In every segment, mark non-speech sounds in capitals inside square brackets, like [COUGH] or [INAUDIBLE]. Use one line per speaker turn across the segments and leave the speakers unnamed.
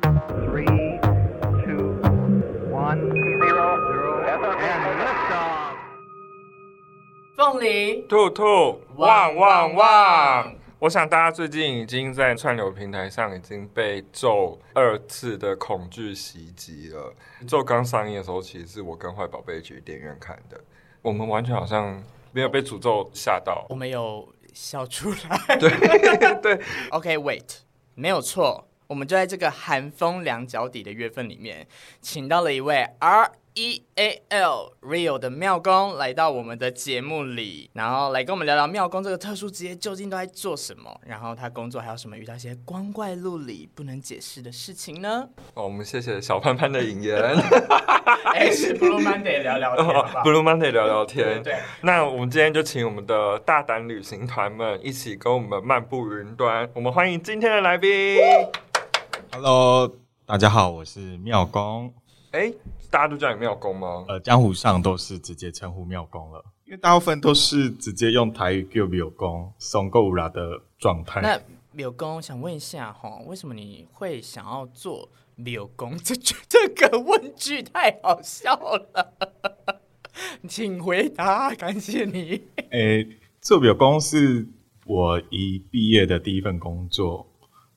Three, two, one, zero, zero, and liftoff.
凤梨
兔兔
旺旺
旺旺
旺
旺！我想大家最近已经在串流平台上已经被《咒》二次的恐惧袭击了。《咒》刚上映的时候，其实是我跟坏宝贝去电影院看的，我们完全好像没有被诅咒
[LAUGHS]
吓到
我。们有笑出 [LAUGHS] 来。
对 [LAUGHS] 对，
OK，wait，、没有错，我们就在这个寒风凉脚底的月份里面，请到了一位 R E A L Real 的妙工来到我们的节目里，然后来跟我们聊聊妙工这个特殊职业究竟都在做什么，然后他工作还有什么遇到一些光怪陆离不能解释的事情呢？
哦我们谢谢小潘潘的引言，
[LAUGHS] 哎，是 Blue Monday 聊聊天好
[LAUGHS]
不好
不如 Monday 聊聊天。
对，
那我们今天就请我们的大胆旅行团们一起跟我们漫步云端，我们欢迎今天的来宾。
Hello，大家好，我是妙公。
哎、大家都叫你妙公吗？
呃，江湖上都是直接称呼妙公了，因为大部分都是直接用台语叫妙公，松够无啦的状态。
那柳工，想问一下哈，为什么你会想要做柳工？ [LAUGHS] 这句这个问句太好笑了，请回答，感谢你。
诶、做表公是我一毕业的第一份工作，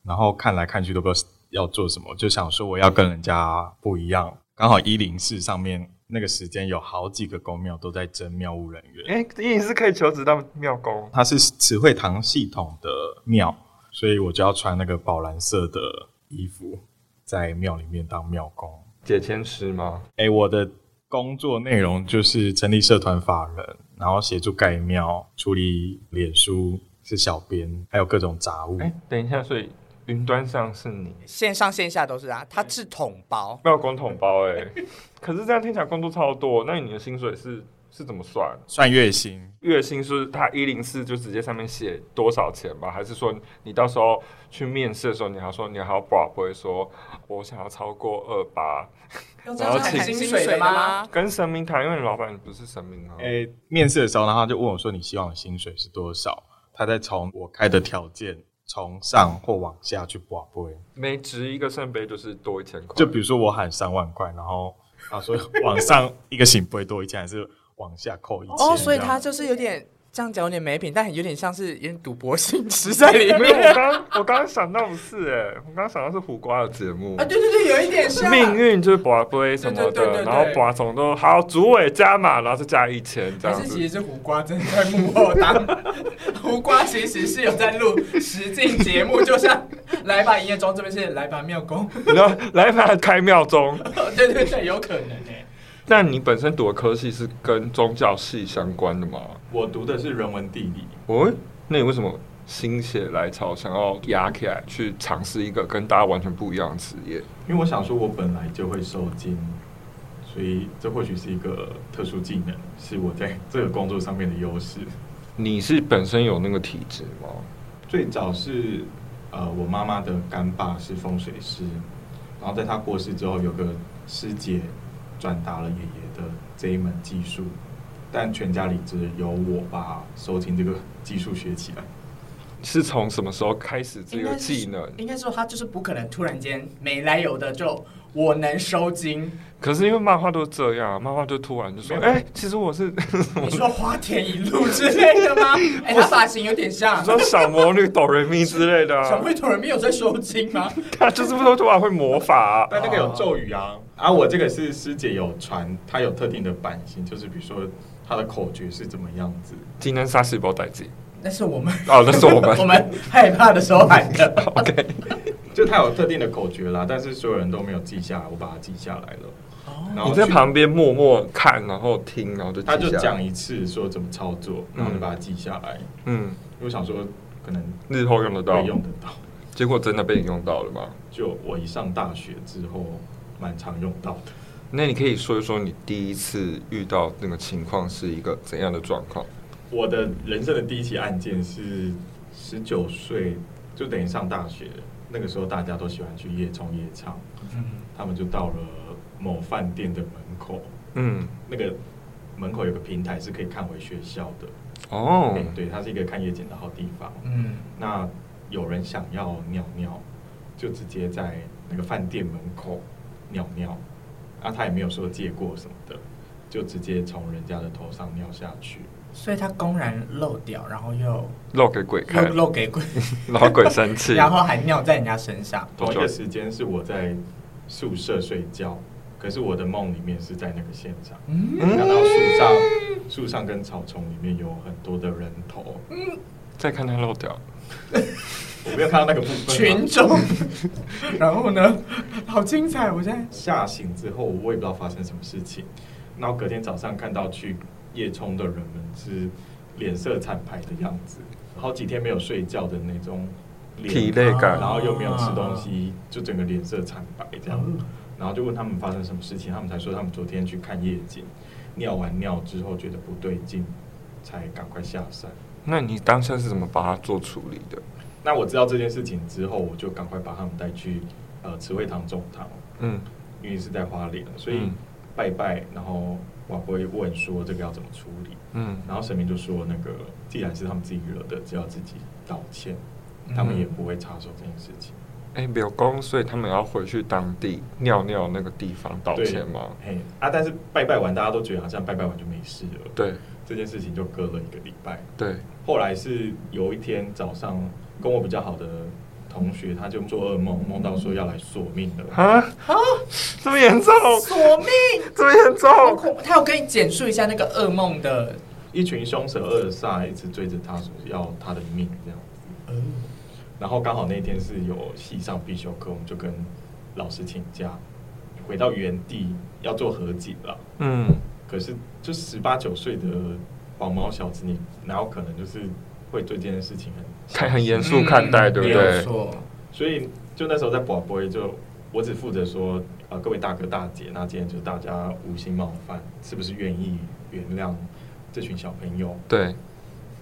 然后看来看去都不知道要做什么，就想说我要跟人家不一样。刚好一零四上面那个时间有好几个公庙都在征庙务人员，
哎、欸，你是可以求职到妙公，
它是词汇堂系统的庙，所以我就要穿那个宝蓝色的衣服，在庙里面当庙工。
解签师吗？
哎、我的工作内容就是成立社团法人，然后协助盖庙、处理脸书，是小编，还有各种杂物。
哎、等一下，所以云端上是你
线上线下都是啊，他是统包，
妙公同胞哎、 [LAUGHS] 可是这样听起来工作超多，那你的薪水是是怎么算？
算月薪，
月薪是他一零四就直接上面写多少钱吗？还是说你到时候去面试的时候，你还要说你还要保不会说我想要超过二八？
然
这样子喊
薪
薪
水
水
的
的
吗
吗？
跟神明谈，因为你老板不是神明啊。
哎、面试的时候，然后他就问我说：“你希望的薪水是多少？”他再从我开的条件从上或往下去划拨。
每值一个圣杯就是多一千块，
就比如说我喊三万块，然后他
[LAUGHS]
说往上一个行不会多一千，还是往下扣一千这样？
哦，所以他就是有点这样讲，有点没品，但有点像是有点赌博性质在里
没有，
面。
我刚我刚刚想到不是哎、我刚刚想到是苦瓜的节目。
[LAUGHS] 啊，对对对，有一点像啊
命运就是拔杯什么
对对对对对
的，然后拔总都好，主委加码，然后再加一千这样
还是其
子。
实是胡瓜真的在幕后当， [LAUGHS] 胡瓜其实是有在录实境节目，就像来吧营业中这边是来吧妙工，
然后来把它开庙中。
[LAUGHS] 对对对，有可能哎、
那你本身读的科系是跟宗教系相关的吗？
我读的是人文地理，
哦，那你为什么心血来潮想要压起来去尝试一个跟大家完全不一样的职业？
因为我想说，我本来就会受惊，所以这或许是一个特殊技能，是我在这个工作上面的优势。
你是本身有那个体质吗？
最早是呃，我妈妈的干爸是风水师，然后在他过世之后，有个师姐转达了爷爷的这一门技术，但全家里只有我把收进这个技术学起来。
是从什么时候开始这个技能？
应该说他就是不可能突然间没来由的就我能收
[LAUGHS]
金，
可是因为漫画都这样啊，漫画就突然就说，哎、其实我是， [LAUGHS]
你说花田一路之类的吗？哎、他发型有点像
你，说小魔女哆瑞咪之类的、
[LAUGHS] 小
啊，
慧突然没有在收金吗？
[LAUGHS] 他就是不是突然会魔法、
[LAUGHS] 但那个有咒语啊，啊，我这个是师姐有传，她有特定的版型，就是比如说她的口诀是怎么样子。
今天杀死包代记
那是我们
哦，那是我们
[LAUGHS] 我们害怕的时候喊的。
[LAUGHS] OK，
就他有特定的口诀啦，但是所有人都没有记下来，我把它记下来了。然后
你在
去
旁边默默看，然后听，然后就记
他就
下来
讲，一次说怎么操作，然后就把它记下来。
嗯，
因为我想说可能
日后用得到
会，用得到。
结果真的被你用到了吗？
就我一上大学之后，蛮常用到的。
那你可以说一说你第一次遇到那个情况是一个怎样的状况？
我的人生的第一起案件是十九岁，就等于上大学了。那个时候大家都喜欢去夜冲夜唱，他们就到了某饭店的门口，
嗯，
那个门口有个平台是可以看回学校的。
哦
哎，对，它是一个看夜景的好地方。
嗯，
那有人想要尿尿，就直接在那个饭店门口尿尿，啊，他也没有说借过什么的，就直接从人家的头上尿下去。
所以他公然漏掉，然后又
露给鬼
又
看，
漏给鬼，
老鬼
[LAUGHS]
生气。
然后还尿在人家身上。
同一
多
个
久
时间是我在宿舍睡觉，可是我的梦里面是在那个现场，
嗯，
看到树上、树上跟草丛里面有很多的人头，
再看他露屌，
我没有看到那个部分啊。
群众。
[LAUGHS]
然后呢，好精彩！我现在
吓醒之后，我也不知道发生什么事情。然后隔天早上看到去夜冲的人们是脸色惨白的样子，好几天没有睡觉的那种脸啊
疲累感
然后又没有吃东西，就整个脸色惨白这样。
嗯
然后就问他们发生什么事情，他们才说他们昨天去看夜景，尿完尿之后觉得不对劲，才赶快下山。
那你当下是怎么把它做处理的？
那我知道这件事情之后，我就赶快把他们带去呃慈惠堂中堂，
嗯，
因为是在花莲，所以
嗯
拜拜，然后我会问说这个要怎么处理，
嗯，
然后神明就说那个既然是他们自己惹的，就要自己道歉，
嗯
他们也不会插手这件事情。
哎，没有公，所以他们要回去当地尿尿那个地方道
对
歉吗？
嘿啊，但是拜拜完大家都觉得好像拜拜完就没事了，
对
这件事情就隔了一个礼拜。
对，
后来是有一天早上，跟我比较好的同学，他就做噩梦，梦到说要来索命了。
啊啊，这么严重，
索命。
这么严重，
他有跟你简述一下那个噩梦的，
一群凶神恶煞一直追着他，说要他的命这样子。嗯然后刚好那天是有系上必修课，我们就跟老师请假，回到原地要做和解了。
嗯，
可是就十八九岁的黄毛小子，你哪有可能就是会对这件事情很 [LAUGHS]
看很严
嗯
肃看待，对
嗯
不
没有
对？
错，
所以就那时候在广播，就我只负责说，呃，各位大哥大姐，那今天就大家无心冒犯，是不是愿意原谅这群小朋友？
对，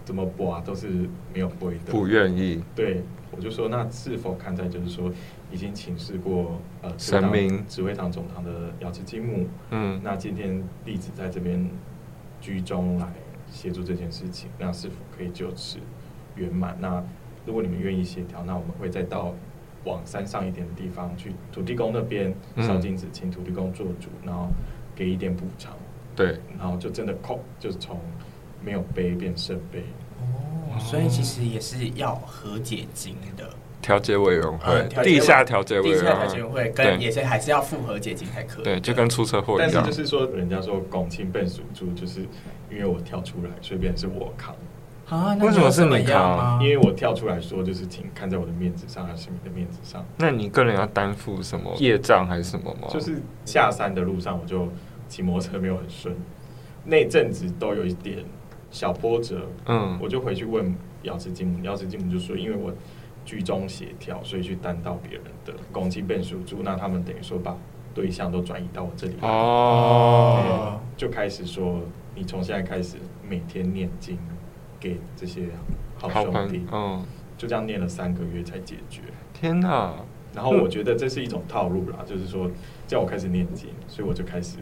怎么播啊都是没有播的。
不愿意，
对，我就说那是否看在就是说已经请示过呃
神明
指挥堂总堂的瑶池金木，
嗯，
那今天弟子在这边居中来协助这件事情，那是否可以就此圆满？那如果你们愿意协调，那我们会再到往山上一点的地方去土地公那边
嗯
烧金纸，请土地公做主，然后给一点补偿，
对，
然后就真的扣，就是从没有杯变圣杯。
哦，所以其实也是要和解金的，
调解委员
呃
会
调，解
地下调解委
地
员
下调解
会，
会
对
跟也是还是要复和解金才可以，
对，就跟出车祸
但
一
是
样
就，是说，人家说拱庆被属猪，就是因为我跳出来，所以变成是我扛。
啊，那
为什么
有
是
怎么
你
样
扛
吗？
因为我跳出来说，就是请看在我的面子上，还是你的面子上。
那你个人要担负什么业障还是什么吗？
就是下山的路上，我就骑摩托车没有很顺，那阵子都有一点小波折，
嗯
我就回去问瑶池金母，瑶池金母就说，因为我居中协调，所以去担到别人的拱庆被属猪，那他们等于说把对象都转移到我这里来。
哦，
对就开始说，你从现在开始每天念经给这些哦好
好
兄
朋
弟
友，，嗯，
就这样念了三个月才解决。
天哪，
然后我觉得这是一种套路啦， [LAUGHS] 就是说叫我开始念经，所以我就开始，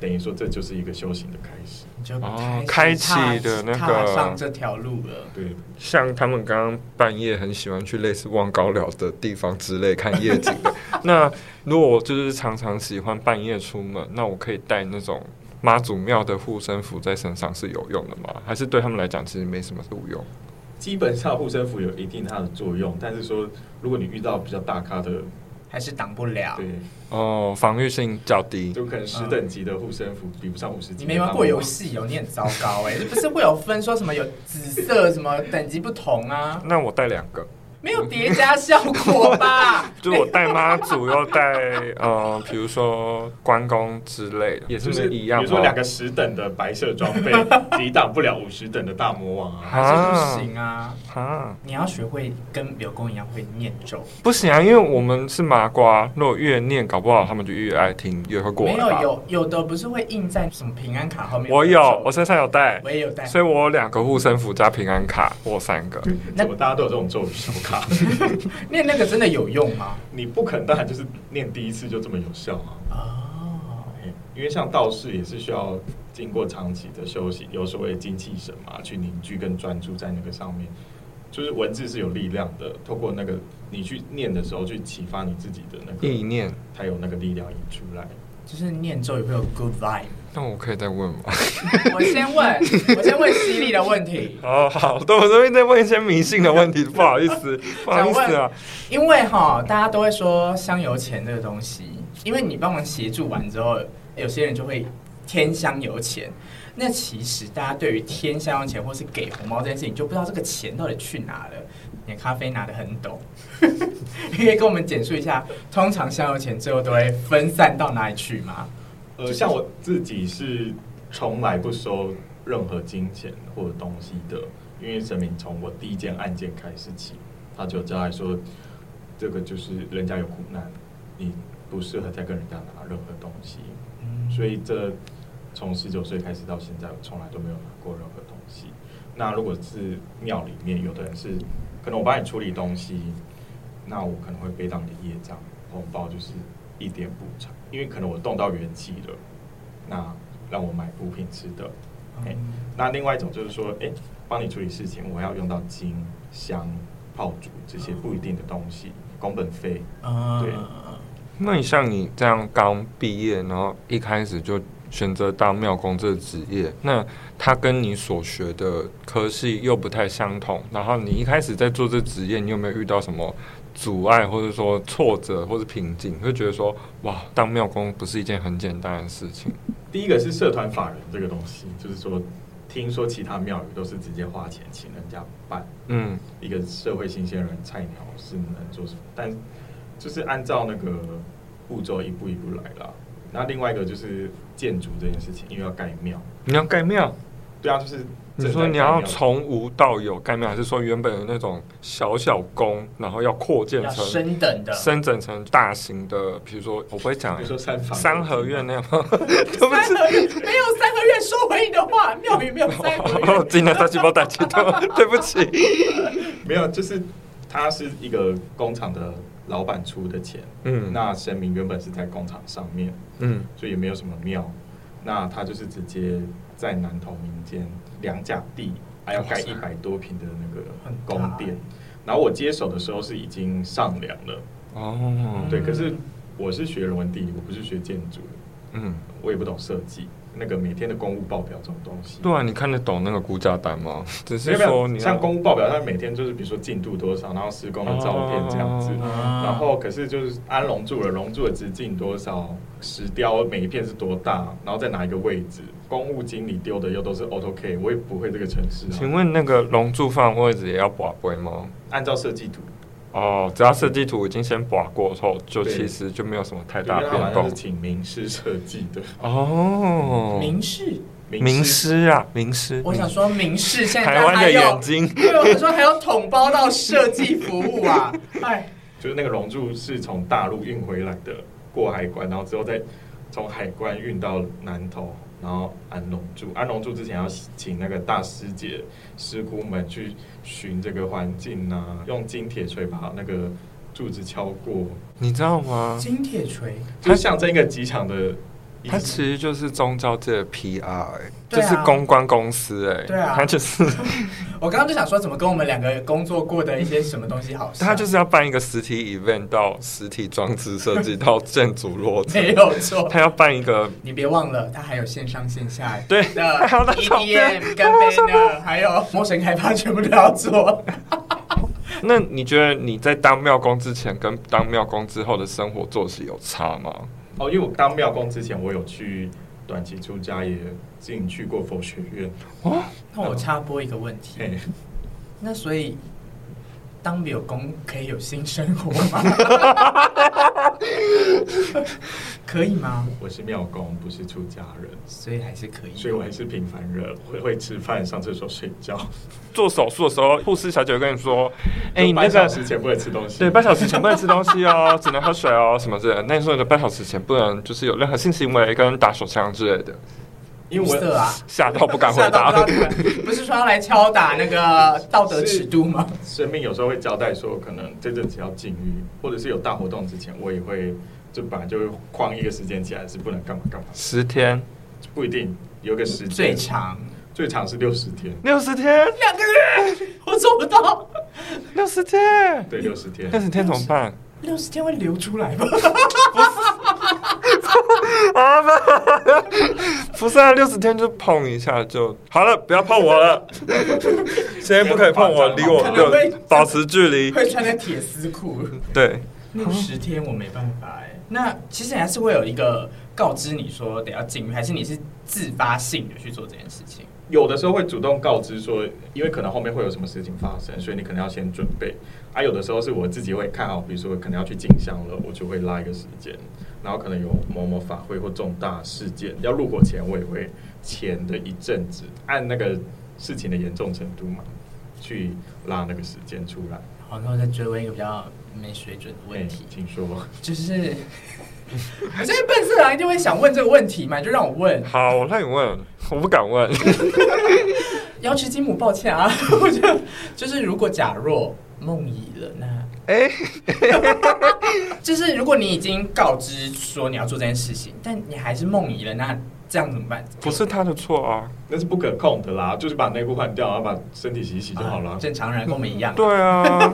等于说这就是一个修行的开始。
你就
哦
开始
开启的那个
踏踏上这条路了，
对，
像他们刚刚半夜很喜欢去类似望高寮的地方之类看夜景的。 [LAUGHS] 那如果我就是常常喜欢半夜出门，那我可以带那种妈祖庙的护身符在身上是有用的吗？还是对他们来讲其实没什么无用？
基本上护身符有一定它的作用，但是说如果你遇到比较大咖的，
还是挡不了。
对，
哦，防御性较低。
就可能十等级的护身符比不上五十
你
级。
没玩过游？戏哦，你很糟
欸 [LAUGHS]
糕哎、不是会有分说什么有紫色什么等级不同啊？
那我带两个，
没有叠加效果
[LAUGHS]
吧？
就我带妈祖又带
[LAUGHS]
呃，比如说关公之类的，也
就是是
一样吗。
比如说两个十等的白色装备抵挡不了五十等的大魔王啊，
还是不行啊！
啊，
你要学会跟柳公一样会念咒，
不行啊，因为我们是麻瓜，如果越念，搞不好他们就越爱听，越会过
没
来
有
吧。
有有的不是会印在什么平安卡后面？
我有，我身上有带嗯
我，也有带。
所以我有两个护身符加平安卡，我有三个。
那
怎么大家都有这种咒语手卡？ [LAUGHS]
念那个真的有用吗？
你不肯，当然就是念第一次就这么有效啊。
哦，
因为像道士也是需要经过长期的休息，有所谓精气神嘛，去凝聚跟专注在那个上面。就是文字是有力量的，透过那个你去念的时候，去启发你自己的那
意
个，
念，
才有那个力量引出来。
就是念咒也会有 good vibe。 [LAUGHS]
那我可以再问吗？
我先问，我先问犀利的问题，
[LAUGHS] 哦，好，对，我这边在问一些迷信的 [LAUGHS] 问题，不好意思，不好意思啊。
因为哈，大家都会说香油钱这个东西，因为你帮忙协助完之后，有些人就会添香油钱。那其实大家对于添香油钱或是给红包这件事情，就不知道这个钱到底去哪了。你的咖啡拿得很懂， [LAUGHS] 你可以跟我们简述一下，通常香油钱最后都会分散到哪里去吗？
呃，像我自己是从来不收任何金钱或者东西的，因为神明从我第一件案件开始起，他就交代说，这个就是人家有苦难，你不适合再跟人家拿任何东西。所以这从十九岁开始到现在，我从来都没有拿过任何东西。那如果是庙里面，有的人是可能我帮你处理东西，那我可能会背到你的业障，红包就是一点补偿，因为可能我动到元气了，那让我买补品吃的。哎、那另外一种就是说，哎、帮你处理事情，我要用到金、香、炮竹这些不一定的东西，工本费。
嗯
对
那你像你这样刚毕业，然后一开始就选择当庙工这个职业，那它跟你所学的科系又不太相同，然后你一开始在做这职业，你有没有遇到什么阻碍，或者说挫折，或者瓶颈？会觉得说，哇，当庙工不是一件很简单的事情。
第一个是社团法人这个东西，就是说，听说其他庙宇都是直接花钱请人家办，
嗯，
一个社会新鲜人菜鸟是能做什么？但就是按照那个步骤一步一步来啦。那另外一个就是建筑这件事情，因为要盖庙，
你要盖庙，
对啊，就是
你
正在
说
盖
你要
庙
从无到有盖庙，还是说原本有那种小小工，然后要扩建
要
成
升等的，
深整成大型的，比如说我不会讲、
比如说三房
三合院那样吗？
三
[LAUGHS]
合院没有三合院，收回你的话，庙宇没有三 [LAUGHS] 合
我
院。
尽量再去报打击的，对不起。
没有，就是它是一个工厂的老板出的钱，
嗯
那神明原本是在工厂上面，
嗯，
所以也没有什么庙。那他就是直接在南投民间两甲地，还要盖一百多平的那个宫
很
殿。然后我接手的时候是已经上梁了，
哦，
对。可是我是学人文地理，我不是学建筑，
嗯，
我也不懂设计。那个每天的公务报表这种东西，
对啊，你看得懂那个估价单吗？只
没
是
有没
说
有
你要
像公务报表，它每天就是比如说进度多少，然后施工的照片这样子。
哦
然后可是就是安龙柱了，龙柱的直径多少，石雕每一片是多大，然后在哪一个位置，公务经理丢的又都是 AutoK，我也不会这个程式
请
啊。
问那个龙柱放位置也要把杯吗？
按照设计图，
哦，只要设计图已经先把过后，就
对
其实就没有什么太
对，
大
因为它好
变
像
动
是。请名师设计的，
哦，
明示，
名师啊，名师，
我想说明示现在
台湾
还
的
有
眼睛
对，啊我说还要统包到设计服务 [LAUGHS] 啊！哎，
就是那个龙柱是从大陆运回来的，过海关，然后之后再从海关运到南投，然后安龙柱。安龙柱之前要请那个大师姐、师姑们去寻这个环境啊，用金铁锤把那个柱子敲过，
你知道吗？
金铁锤，
就象征一个极强的意
它
思。
其实就是宗教界的 PR，、欸
对
就
啊
是公关公司哎、欸
对啊
它就是
我刚刚就想说，怎么跟我们两个工作过的一些什么东西好像？
它就是要办一个实体 event 到实体装置设计到建筑落
[LAUGHS]
成
没，有错。
它要办一个
你别忘了，它还有线上线下
对
的
还有那种
EDM 跟
还有什么
banner，还有陌生开发，全部都要
[LAUGHS]
做。
那你觉得你在当庙工之前跟当庙工之后的生活作息有差吗？
哦，因为我当庙工之前，我有去短期出家，也进去过佛学院。
哦，
那我插播一个问题，
嘿
那所以当没有工可以有新生活吗？
[LAUGHS]
可以吗？
我是庙公，不是出家人，
所以还是可以。
所以我还是平凡人，会会吃饭、上厕所、睡觉。
做手术的时候，护士小姐会跟你说：“哎、你
就
那
半
个
小时前不能吃东西。
对半小时前不能吃东西哦， [LAUGHS] 只能喝水哦，什么之类的。”那你说你的半小时前不能就是有任何性行为跟打手枪之类的，
因为
色
我
啊，
吓到不敢
[LAUGHS]
回
吓到
答
不。知道你们不是说要来敲打那个道德尺度吗？
生命有时候会交代说，可能这阵子要禁欲，或者是有大活动之前，我也会就本来就会框一个时间起来，是不能干嘛干嘛，
十天，
不一定有个时间
最长
最长是六十天，
六十天，
两个月，我做不到，
六十天，
对，六十天
六。十天怎么办？
六十天会流出来 [LAUGHS] 吧？
啊不，不是啊，六十天就碰一下就好了，不要碰
[LAUGHS]
我了。现在不可以碰我，离我
可能会
就保持距离。
会穿着铁丝裤。
对，
那十天我没办法哎、那其实你还是会有一个告知你说得要禁欲，还是你是自发性的去做这件事情？
有的时候会主动告知说，因为可能后面会有什么事情发生，所以你可能要先准备。啊，有的时候是我自己会看好，比如说可能要去进香了，我就会拉一个时间，然后可能有某某法会或重大事件要入伙前，我也会前的一阵子按那个事情的严重程度嘛，去拉那个时间出来。
好，那我再追问一个比较没水准的问题
哎，请说。
嗯就是， [LAUGHS] 我这些笨色狼一定会想问这个问题嘛，就让我问。
好，我让你问，我不
[LAUGHS]
敢问。
瑶池金母，抱歉啊， [LAUGHS] 我觉得就是如果假若梦遗了，那
哎、
[LAUGHS] 就是如果你已经告知说你要做这件事情，但你还是梦遗了，那这样怎么办？
不是他的错啊。
那是不可控的啦，就是把内裤换掉，然后把身体洗一洗就好 [LAUGHS] 了。。
啊正常人跟我们一样。
对啊，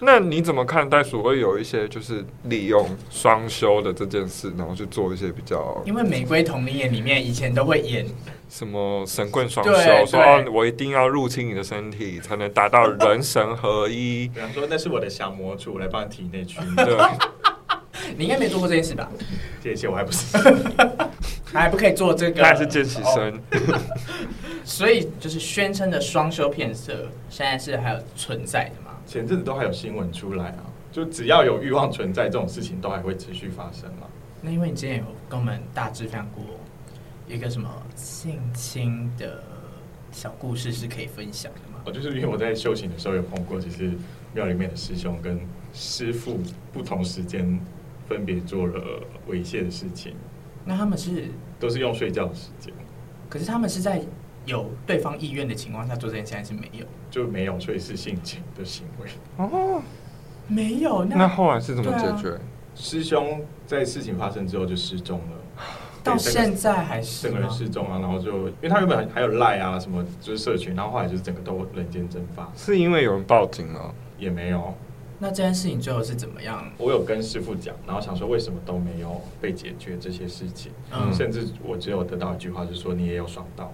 那你怎么看待所谓有一些就是利用双休的这件事，然后去做一些比较
因为《玫瑰同林演》里面以前都会演，
什么神棍双
对
休，
对
说哦，我一定要入侵你的身体，才能达到人神合一
比方说，那是我的 [LAUGHS] 降魔杵，我来帮你体内驱
[LAUGHS]
魔。
对，
你应该没做过这件
[LAUGHS]
事吧？
谢谢，我还不是。
还不可以做这个，哦
他也是见习生。
所以就是宣称的双修骗色，现在是还有存在的吗？
前阵子都还有新闻出来啊，就只要有欲望存在，这种事情都还会持续发生嘛。
那因为你之前有跟我们大致分享过一个什么性侵的小故事，是可以分享的吗？
我哦就是因为我在修行的时候有碰过，就是庙里面的师兄跟师父不同时间分别做了猥亵的事情，
那他们是，
都是用睡觉的时间，
可是他们是在有对方意愿的情况下做这件事，还是没有？
就没有，所以是性侵的行为。
哦，
没有，那
那后来是怎么解
啊
决？
师兄在事情发生之后就失踪了。
到
对这个
现在还是
整个
吗
人？失踪啊，然后就因为他原本还有赖啊什么，就是社群，然后后来就是整个都人间蒸发，
是因为有人报
[LAUGHS]
警了？
也没有。
那这件事情最后是怎么样？
我有跟师傅讲，然后想说为什么都没有被解决这些事情，
嗯
甚至我只有得到一句话，就是说你也有爽到，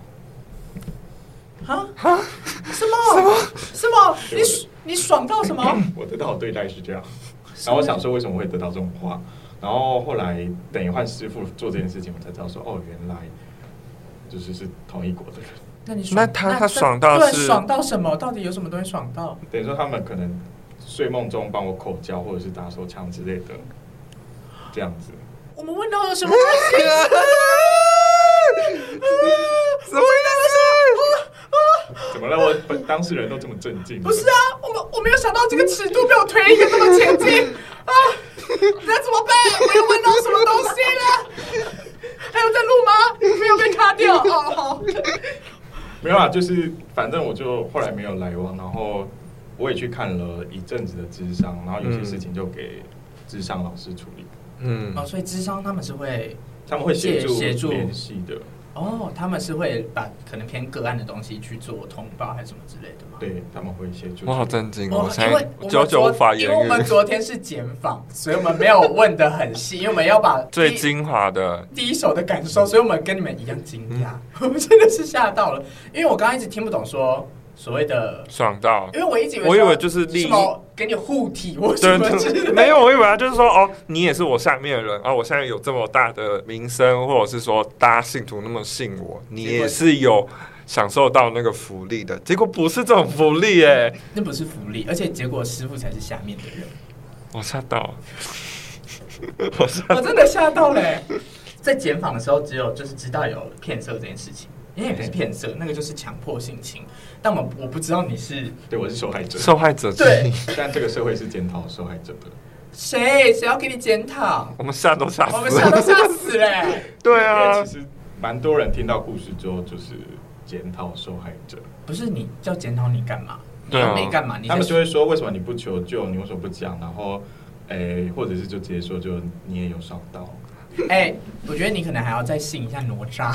啊啊！什
[LAUGHS]
么什么什么？你爽你爽到什么？
我得到的对待是这样。 [LAUGHS] 然后我想说为什么会得到这种话，然后后来等一换师傅做这件事情，我才知道说哦，原来就是是同一国的人。
那你爽
那他他爽到
对
是
爽到什么？到底有什么东西爽到？
等于说他们可能睡梦中帮我口交或者是打手枪之类的，这样子。
我们问到了什么东
[LAUGHS]
西？
什么
啊
意思？
怎么让我本当事人都这么震惊？
不是啊，我们我没有想到这个尺度被我推一个这么前进啊！那怎么办？我又问到什么东西了？还有在录吗？没有被卡掉哦，好。
没有啊，就是反正我就后来没有来往，然后我也去看了一阵子的智商，然后有些事情就给智商老师处理，
嗯
哦，所以智商他们是会
他们会协助
协助
联系的。
哦，他们是会把可能偏个案的东西去做通报还是什么之类的吗？
对，他们会协助。
我好震惊哦！
我
我
因
现
为
在
我们
久久
昨
无法言
因为我们
语。
昨天是减访，所以我们没有问的很细，因为我们要把
最
第
精华的，
第一手的感受，所以我们跟你们一样惊讶， [LAUGHS] 我们真的是吓到了，因为我刚刚一直听不懂说所谓的，
爽到
因，为我一直以为
我以
说
为就是利益
什么给你护体或什
对
么之类
对，
的，
没有，我以为他就是说，哦，你也是我下面的人，啊，我现在有这么大的名声，或者是说大家信徒那么信我，你也是有享受到那个福利的，结果不是这种福利哎、
那不是福利，而且结果师傅才是下面的
[LAUGHS]
人，
我吓
[LAUGHS]
到，我吓
我真的吓到嘞、
欸在检访的时候，只有就是知道有骗色这件事情，因为也不是骗色，那个就是强迫性侵。但我们我不知道你是
对我是受害
[LAUGHS]
者，
受害者之
对
一，
但这个社会是检讨受害者的。
谁，谁要给你检讨？
我们吓都吓
我们
死
吓都
啊了，
吓死欸嘞、
[LAUGHS] 对
因
啊
为，其实蛮多人听到故事之后就是检讨受害者，
不是你要检讨你干嘛？你
对啊
又没干嘛？你
他们
在
就会说为什么你不求救，你为什么不讲？然后，诶、或者是就直接说就你也有伤到，
哎、我觉得你可能还要再信一下哪
[LAUGHS]
吒。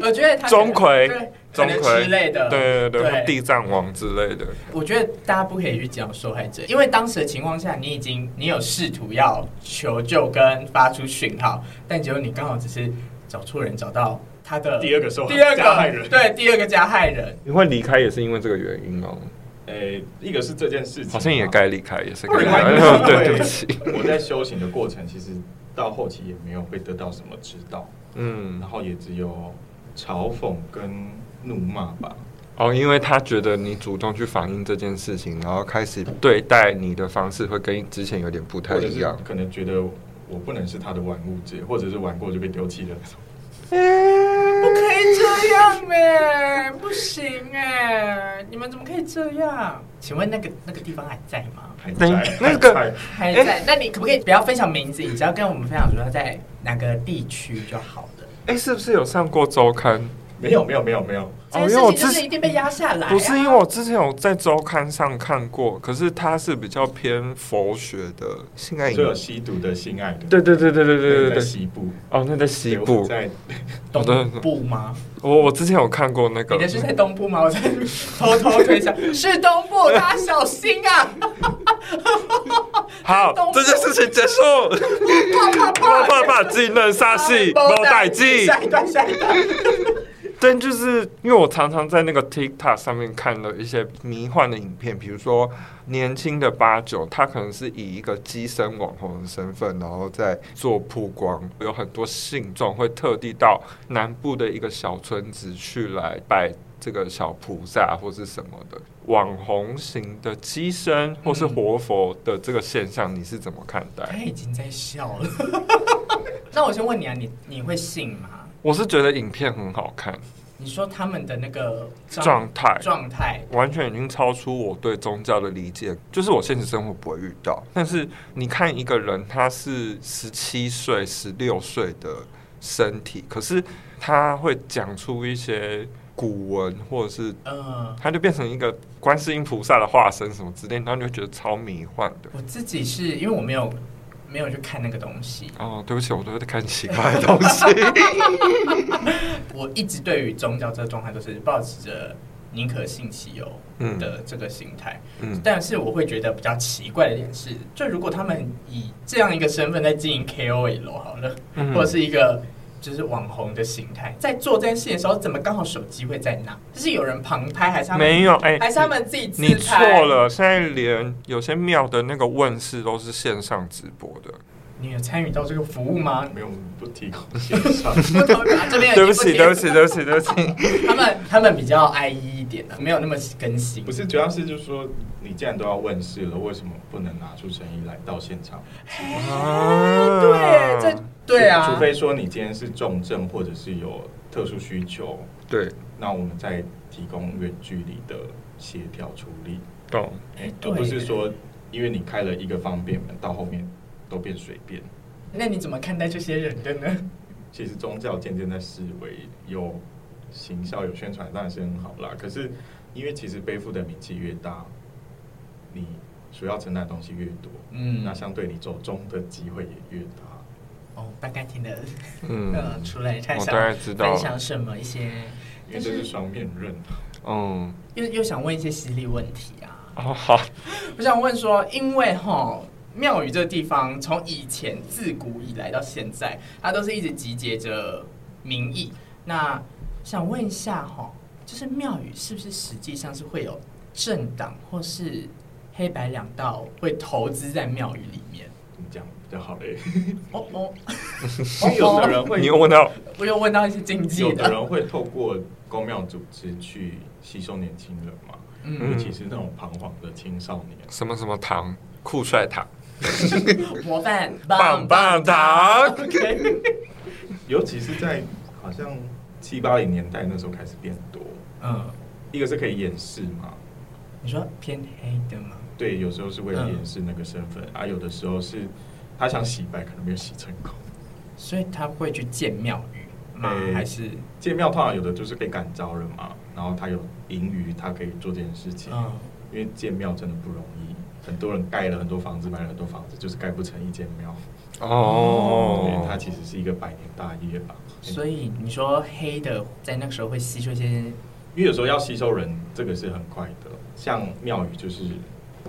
我觉得他
钟馗
对，可
钟
能
馗
之类的，
对对对，或
对
地藏王之类的，
我觉得大家不可以去讲受害者，因为当时的情况下，你已经你有试图要求救跟发出讯号，但结果你刚好只是找错人，找到他的
第二个受害
第二个
加害人
对，第二个加害人。
你会离开也是因为这个原因哦，
诶、一个是这件事情，啊
好像也该离开，也是该
不
离
然
开，
你会
对对不起，
我在修行的过程，其实到后期也没有会得到什么指导，
嗯
然，后也只有嘲讽跟怒骂吧。
哦，因为他觉得你主动去反映这件事情，然后开始对待你的方式会跟之前有点不太
或者
一
是
样。
可能觉得我不能是他的玩物者，或者是玩过就被丢弃了。
不可以这样哎、不行哎、你们怎么可以这样？请问那个那个地方还在吗？
还
那
在
那个
还
还
在
在？那你可不可以不要分享名字？你只要跟我们分享说他在哪个地区就好了。
哎、是不是有上过周刊？
没有没有没有没有，
这件
哦因为我
事情就
之
是一定被压下来、啊。
不是因为我之前有在周刊上看过，可是它是比较偏佛学的性爱
所有
影。
吸毒的性爱的，
对对对对对对对
在
对。
西部，
哦，那在
对
西
我
部，
在
东部吗？
我我之前有看过那个嗯
你的，是在东部吗？我在偷偷推
[LAUGHS]
销，是东部，大家小心啊！
好
东，部
这件事情结束。
[LAUGHS] 怕怕
我
怕！啊
爸爸技能杀戏，
猫
猫代记。
下一段，下一段。
但就是因为我常常在那个 TikTok 上面看了一些迷幻的影片，比如说年轻的八九，他可能是以一个跻身网红的身份，然后在做曝光。有很多信众会特地到南部的一个小村子去来拜这个小菩萨或是什么的。网红型的跻身或是活佛的这个现象，你是怎么看待？
[LAUGHS] 他已经在笑了。那我先问你啊，你你会信吗？
我是觉得影片很好看，
你说他们的那个
状态
状态，
完全已经超出我对宗教的理解，就是我现实生活不会遇到。但是你看一个人，他是十七岁、十六岁的身体，可是他会讲出一些古文，或者是
嗯，
他就变成一个观世音菩萨的化身什么之类，然后你就觉得超迷幻的。
我自己是因为我没有没有去看那个东西，
哦，对不起，我都在看奇怪的东西。
我一直对于宗教这个状态都是保持着宁可信其有
嗯
的这个心态。
嗯，
但是我会觉得比较奇怪的点是，就如果他们以这样一个身份在经营 KOL 好了，
嗯
或者是一个就是网红的形态，在做这件事情的时候，怎么刚好手机会在那？就是有人旁拍，还是他们
没有哎
还是他们自己自
你错
拍？，
了，现在连有些庙的那个问世都是线上直播的。
你有参与到这个服务吗？ [LAUGHS]
没有不提供线上，
不同啊这边有
对不起，
提
对不起，对不起，对不起。
他们他们比较爱一一点的，啊没有那么更新
不。是主要是就是说你既然都要问世了，为什么不能拿出诚意来到现场？
啊
对，这对啊，
除非说你今天是重症或者是有特殊需求，
对，
那我们再提供远距离的协调处理，欸
懂。
哎
而不是说因为你开了一个方便门，到后面都变随便。
那你怎么看待这些人的呢？
其实宗教渐渐在视为有行销、有宣传，当然是很好啦。可是因为其实背负的名气越大，你所要承担的东西越多，
嗯
那相对你走中的机会也越大。
哦，大概听得呃
嗯，
出来，他
我
想
大概知道
分享什么一些，
因为这是双面刃，
嗯，
又又想问一些犀利问题啊。
哦，好，
我想问说，因为哈庙宇这个地方从以前自古以来到现在，它都是一直集结着民意。那想问一下哈，就是庙宇是不是实际上是会有政党或是黑白两道会投资在庙宇里面？
怎么讲比较好嘞？
哦哦，
因为有的人会
你又问到
我有问到一些经济
有的人会透过公庙组织去吸收年轻人嘛，
嗯
尤其是那种彷徨的青少年。
什么什么堂，酷帅堂，
模范
棒棒糖。
尤其是在好像七八零年代那时候开始变多，
嗯，
一个是可以掩饰嘛，
你说偏黑的吗？
对，有时候是为了掩饰那个身
嗯
份，啊，有的时候是他想洗白，可能没有洗成功。
所以他会去建庙宇吗？
诶
还是
建庙通常有的就是被感召了嘛，然后他有盈余，他可以做这件事情，
嗯
因为建庙真的不容易。很多人盖了很多房子，买了很多房子，就是盖不成一间庙。对，哦它
哦，
其实是一个百年大业吧。
所以你说黑的在那个时候会吸收一些
因为有时候要吸收人，这个是很快的。像庙宇就是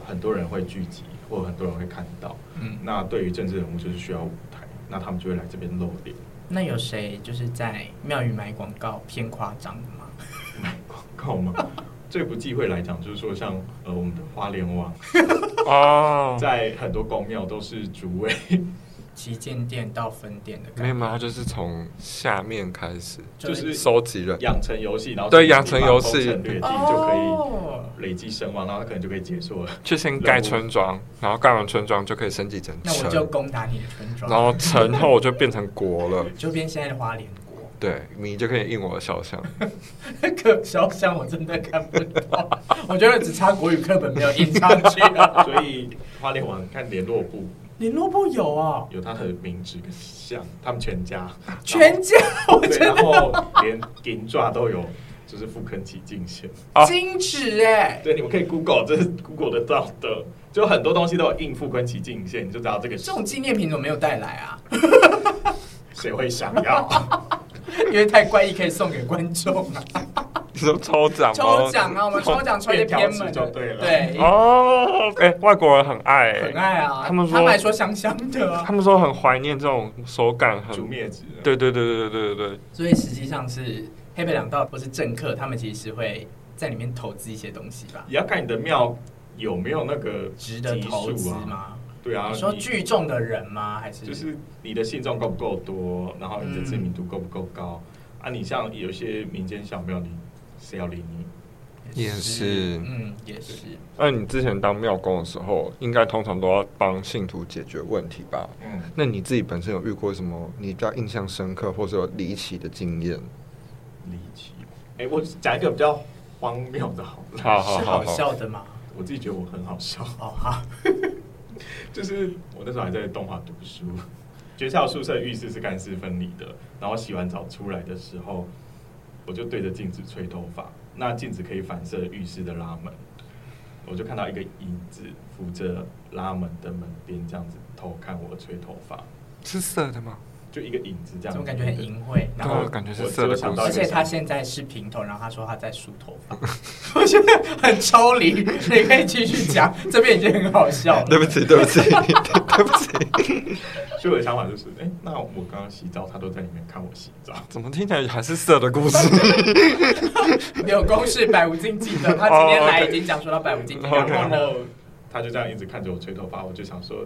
很多人会聚集，或很多人会看到。
嗯
那对于政治人物就是需要舞台，那他们就会来这边露脸
那有谁就是在庙宇买广告偏夸张的吗？
买广告嘛。 [LAUGHS] 最不忌讳来讲，就是说像呃我们的花莲王，
哦，
在很多公庙都是主位，
旗舰店到分店的
没
概
有
念，
嘛，他就是从下面开始
就是
收集人，
养成游戏，然后
对养成游戏
攻城略地就可以
哦，
累积声望，然后他可能就可以解锁了。 [LAUGHS]
就先盖村庄，然后盖完村庄就可以升级成
那我就
城，
攻打你的村庄，
然后城后就变成国了。
就变现在的花莲国。 [LAUGHS]
对，你就可以印我的肖像。
那个肖像我真的看不到， [LAUGHS] 我觉得只差国语课本没有印上去啊。
所以花莲王看联络部
联络部有啊，
哦
有他的名字跟像他们全家，
全家我
对，
真
然
的
后连银爪都有，就是富坑崎进贤。
啊
金纸哎，
对，你们可以 Google，这是 Google 得到的，就很多东西都有应富坑崎进贤，你就知道这个
这种纪念品怎么没有带来啊？ [LAUGHS]
谁会想要。
因为太怪异，可以送给观众啊。
哦你说抽奖
[LAUGHS]
吗？
抽奖啊，我们抽奖抽一些偏门
便条纸就对了
对，
哦，哎、外国人很爱、欸，
很爱啊。
他们说
还说香香的啊
他，们说很怀念这种手感很，
煮灭子，
对对对对对对对，
所以实际上是黑白两道或是政客，他们其实是会在里面投资一些东西吧，
也要看你的庙有没有那个
值得投
级
资
数啊？
吗？
对啊，
你说
你
聚众的人吗？还是
就是你的信众够不够多，然后你的知名度够不够高、啊？你像有一些民间小庙，你谁要理你？
也是
嗯，也是。
那你之前当庙工的时候，应该通常都要帮信徒解决问题吧？
嗯，
那你自己本身有遇过什么你比较印象深刻或者有离奇的经验？
离奇。哎、我讲一个比较荒谬的好了，
好好
是
好
好
好，
笑的吗？
我自己觉得我很好笑，
哦，好，
就是我那时候还在东华读书，学校宿舍浴室是干湿分离的，然后洗完澡出来的时候，我就对着镜子吹头发，那镜子可以反射浴室的拉门，我就看到一个影子扶着拉门的门边这样子偷看我吹头发，
是色的吗？
就一个影子这样，
怎么感觉很淫秽？然
对
后
啊，感觉是
我
色的
只有
故
想到
而
事。
且他现在是平头，然后他说他在梳头发， [LAUGHS] 我觉得很抽离。你可以继续讲，这边已经很好笑了。
对不起，对 [LAUGHS] 不起，对不起，
所以我的想法就是，哎、那我刚刚洗澡，他都在里面看我洗澡， [LAUGHS]
怎么听起来还是色的 [LAUGHS] 故事？
有公式百无禁忌的，他今天来已经讲说到百无
[LAUGHS]
禁忌，
OK
然后
然
呢，
后他就这样一直看着我吹头发，我就想说，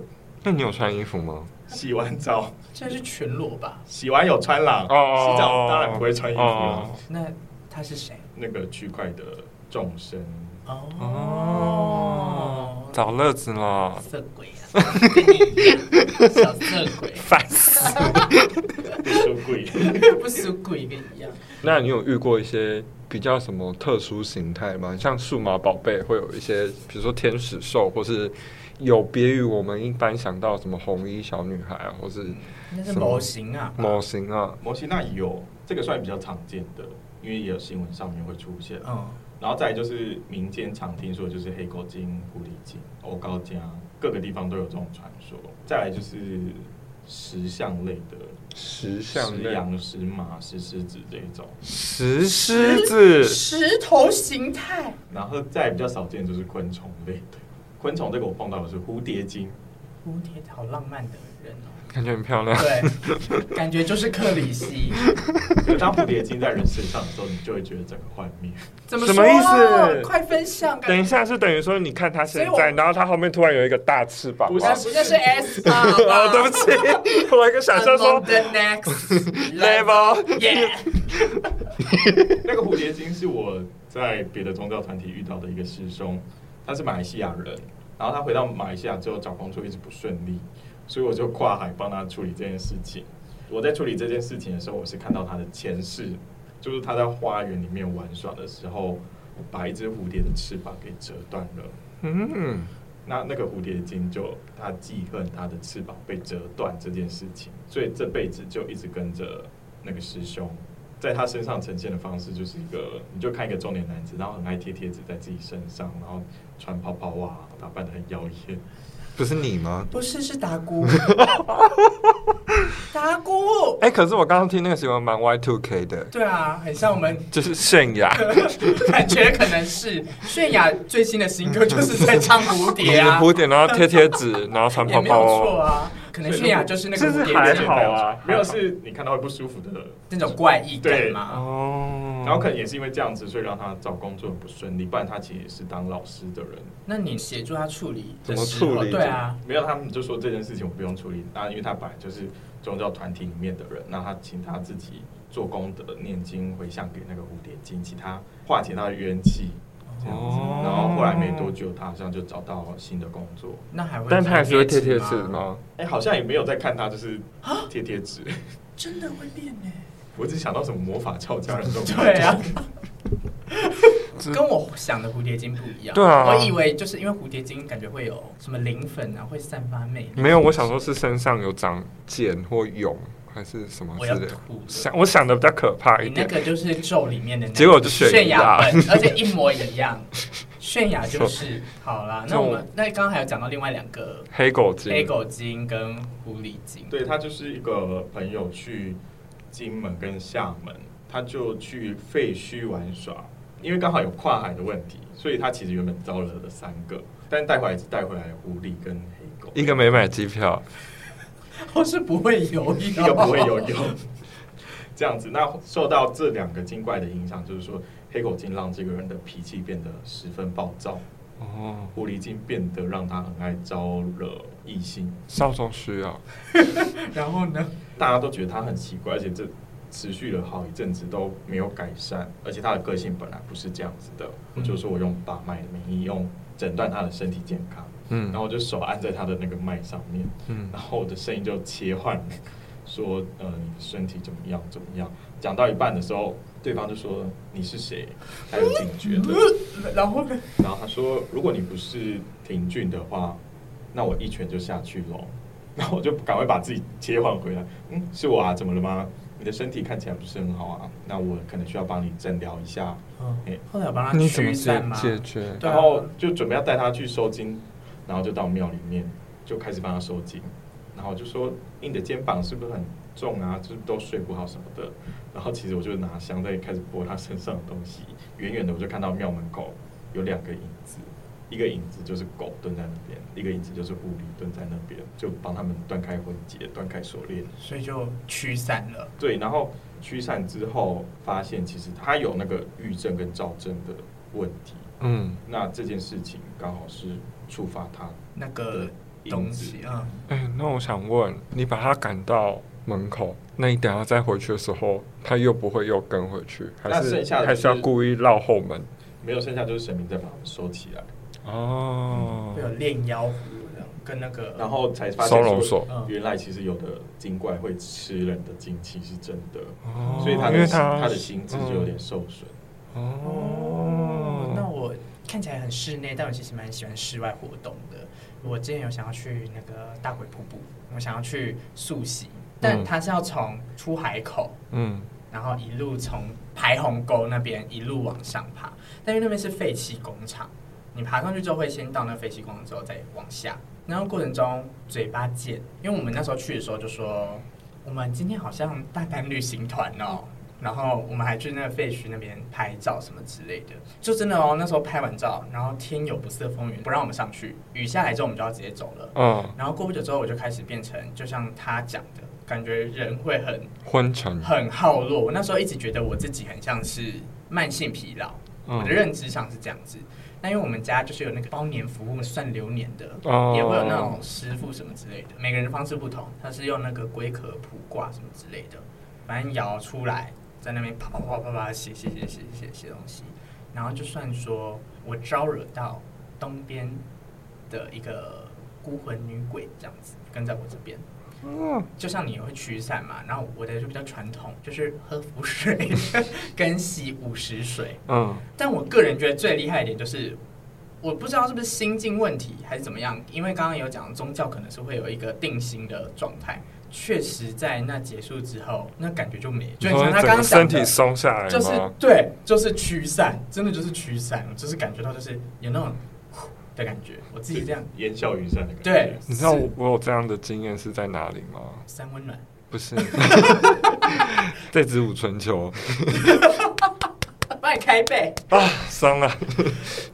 那你有穿衣服吗？
洗完澡。
这是全裸吧？
洗完有穿啦，
哦哦
洗澡当然不会穿衣服了
哦。
那他是谁？
那个区块的众生，
哦，
找乐子啦，
色鬼
[LAUGHS]
啊，跟你一样小色鬼，
烦死！
不出柜， [LAUGHS]
不是鬼跟你一样。
那你有遇过一些比较什么特殊形态吗？像数码宝贝会有一些，比如说天使兽，或是有别于我们一般想到什么红衣小女孩啊，或是
那是模型啊，
模型啊，
摩西那有这个算比较常见的，因为也有新闻上面会出现。
嗯，
然后再来就是民间常听说的就是黑狗精、狐狸精、欧高家，各个地方都有这种传说。再来就是石像类的，
石像
石
类
羊、石马、石狮子这一种。
石狮子，
石头形态。
然后再来比较少见的就是昆虫类的，昆虫这个我碰到的是蝴蝶精，
蝴蝶好浪漫的人哦。
感觉很漂亮。
对，感觉就是克里希。
可是当蝴蝶精在人身上的时候，你就会觉得整个幻灭。
怎么
什
说啊
么意思
快分享！
等一下是等于说，你看它
所
现
以
在，
我
然后它后面突然有一个大翅膀
不
啊。
是
呃那是 S 吧？好不
[LAUGHS] 啊，
好
对不。
[LAUGHS]
起，我一个想象
Among
说 [LAUGHS]
the next
level，
耶！
那个蝴蝶精是我在别的宗教团体遇到的一个师兄，他是马来西亚人，然后他回到马来西亚之后找工作一直不顺利，所以我就跨海帮他处理这件事情。我在处理这件事情的时候，我是看到他的前世，就是他在花园里面玩耍的时候，把一只蝴蝶的翅膀给折断了。
嗯，
那那个蝴蝶精就他记恨他的翅膀被折断这件事情，所以这辈子就一直跟着那个师兄，在他身上呈现的方式就是一个，你就看一个中年男子，然后很爱贴贴纸在自己身上，然后穿泡泡袜，打扮的很妖艳。
不是你吗？
不是，是打鼓，打鼓。
哎、可是我刚刚听那个新闻蛮 Y two K 的，
对啊，很像我们
就是泫雅，
感觉可能是泫雅最新的新歌就是在唱蝴蝶啊，
[LAUGHS] 蝴蝶，然后贴贴纸，然后穿
也
泡
没有
泡
错
哦。
啊。可能泫雅就是那个
这
蝴
是
蝶
还
精
好
啊
啊，没有是你看到会不舒服的，
那种怪异感
对
嘛。
哦
然后可能也是因为这样子，所以让他找工作很不顺利，不然他其实也是当老师的人。
那你协助他处理的
怎么
时候
处理
对啊，
没有，他们就说这件事情我不用处理，那因为他本来就是宗教团体里面的人，那他请他自己做功德、念经、回向给那个蝴蝶精，请他化解他的冤气，这样子。
哦
然后后来没多久，他好像就找到新的工作。
那还会，
但他还是会贴贴
啊
纸？吗？
[LAUGHS] 哎，好像也没有在看他，就是贴贴纸。 [LAUGHS]
真的会变呢、
我只想到什么魔法俏佳人这种。
[LAUGHS] 对
[LAUGHS]
啊，
这
跟我想的蝴蝶精不一样。
对啊
我以为就是因为蝴蝶精感觉会有什么灵粉啊，会散发魅力。
没有，我想说是身上有长茧或蛹还是什么
我
之
要
类的。
吐了。
想我想的比较可怕一
你那
点，
个就是咒里面的那个
结果就泫
泫雅
雅
本，而且一模一样。泫雅就是好
[LAUGHS]
啦，那我们那刚刚还有讲到另外两个
黑狗精。
黑狗精跟狐狸精， [LAUGHS]
对他就是一个朋友去金门跟厦门，他就去废墟玩耍，因为刚好有跨海的问题，所以他其实原本招惹了三个，但带回来只带回来狐狸跟黑狗，
一个没买机票，
或是不会游泳，
一
[LAUGHS]
个不会游泳。 [LAUGHS] 这样子，那受到这两个精怪的影响，就是说黑狗精让这个人的脾气变得十分暴躁，
哦，
狐狸精变得让他很爱招惹异性，
少中需要。
[LAUGHS] 然后呢？
大家都觉得他很奇怪，而且这持续了好一阵子都没有改善，而且他的个性本来不是这样子的。
嗯
我就说我用把脉的名义，用诊断他的身体健康，
嗯
然后我就手按在他的那个脉上面，
嗯
然后我的声音就切换，说呃你的身体怎么样怎么样。讲到一半的时候，对方就说你是谁？他有警觉的。
[LAUGHS]
[LAUGHS]
然后呢？
然后他说，如果你不是廷俊的话，那我一拳就下去喽。 [LAUGHS] 然后我就赶快把自己切换回来，嗯，是我啊，怎么了吗？你的身体看起来不是很好啊，那我可能需要帮你诊疗一下。
嗯后来有帮他
你怎么
驱
解
散吗？
解决？嗯
对啊
然后就准备要带他去收金，然后就到庙里面就开始帮他收金，然后我就说你的肩膀是不是很重啊？就是都睡不好什么的。
嗯
然后其实我就拿香在开始拨他身上的东西，远远的我就看到庙门口有两个影子，一个影子就是狗蹲在那边，一个影子就是狐狸蹲在那边，就帮他们断开婚结、断开锁链。
所以就驱散了。
对，然后驱散之后，发现其实他有那个郁症跟躁症的问题。
嗯，
那这件事情刚好是触发他
那个东西啊，
哦
哎、那我想问，你把他赶到门口，那你等下再回去的时候，他又不会又跟回去，还
那
是
剩下的
还
就是
要故意绕后门？
没有剩下，就是神明再把他们收起来，
哦
会，有炼妖符这样跟那个，
然后才发
收容
现
所
说，
嗯
原来其实有的精怪会吃人的精气是真的，
哦
所以他
因为
的心
他嗯
他的心智就有点受损。
嗯哦，那
哦，
我看起来很室内，但我其实蛮喜欢室外活动的。我之前有想要去那个大鬼瀑布，我想要去溯溪，
嗯
但它是要从出海口，
嗯，
然后一路从排洪沟那边一路往上爬，但因为那边是废弃工厂，你爬上去之后会先到那废弃工厂之后再往下，然后过程中嘴巴贱，因为我们那时候去的时候就说，我们今天好像大班旅行团哦。然后我们还去那个废墟那边拍照什么之类的，就真的哦，那时候拍完照，然后天有不测风云，不让我们上去，雨下来之后我们就要直接走了。
嗯，
然后过不久之后，我就开始变成就像他讲的，感觉人会很
昏沉，
很耗弱。我那时候一直觉得我自己很像是慢性疲劳，
嗯
我的认知上是这样子。那因为我们家就是有那个包年服务算流年的，
哦
也会有那种师傅什么之类的，每个人的方式不同。他是用那个龟壳卜卦什么之类的，反正摇出来，在那边啪啪啪啪啪写写写写写写东西，然后就算说我招惹到东边的一个孤魂女鬼这样子跟在我这边，
哦
就像你会驱散嘛，然后我的就比较传统，就是喝符水 [LAUGHS] 跟洗五十水，
嗯，
但我个人觉得最厉害一点就是，我不知道是不是心境问题还是怎么样，因为刚刚有讲宗教可能是会有一个定型的状态，确实在那结束之后，那感觉就没，就
你
很像
说
他刚
整个
刚讲
身体
的。
松下来吗？
就是对，就是驱散，真的就是驱散，我就是感觉到就是有那种呼的感觉，我自己这样
烟消云散的感觉。
对，
你知道我
是
我有这样的经验是在哪里吗？
三温暖， [LAUGHS]
不是， [LAUGHS] 在子午春秋
帮你开背。
啊，伤了。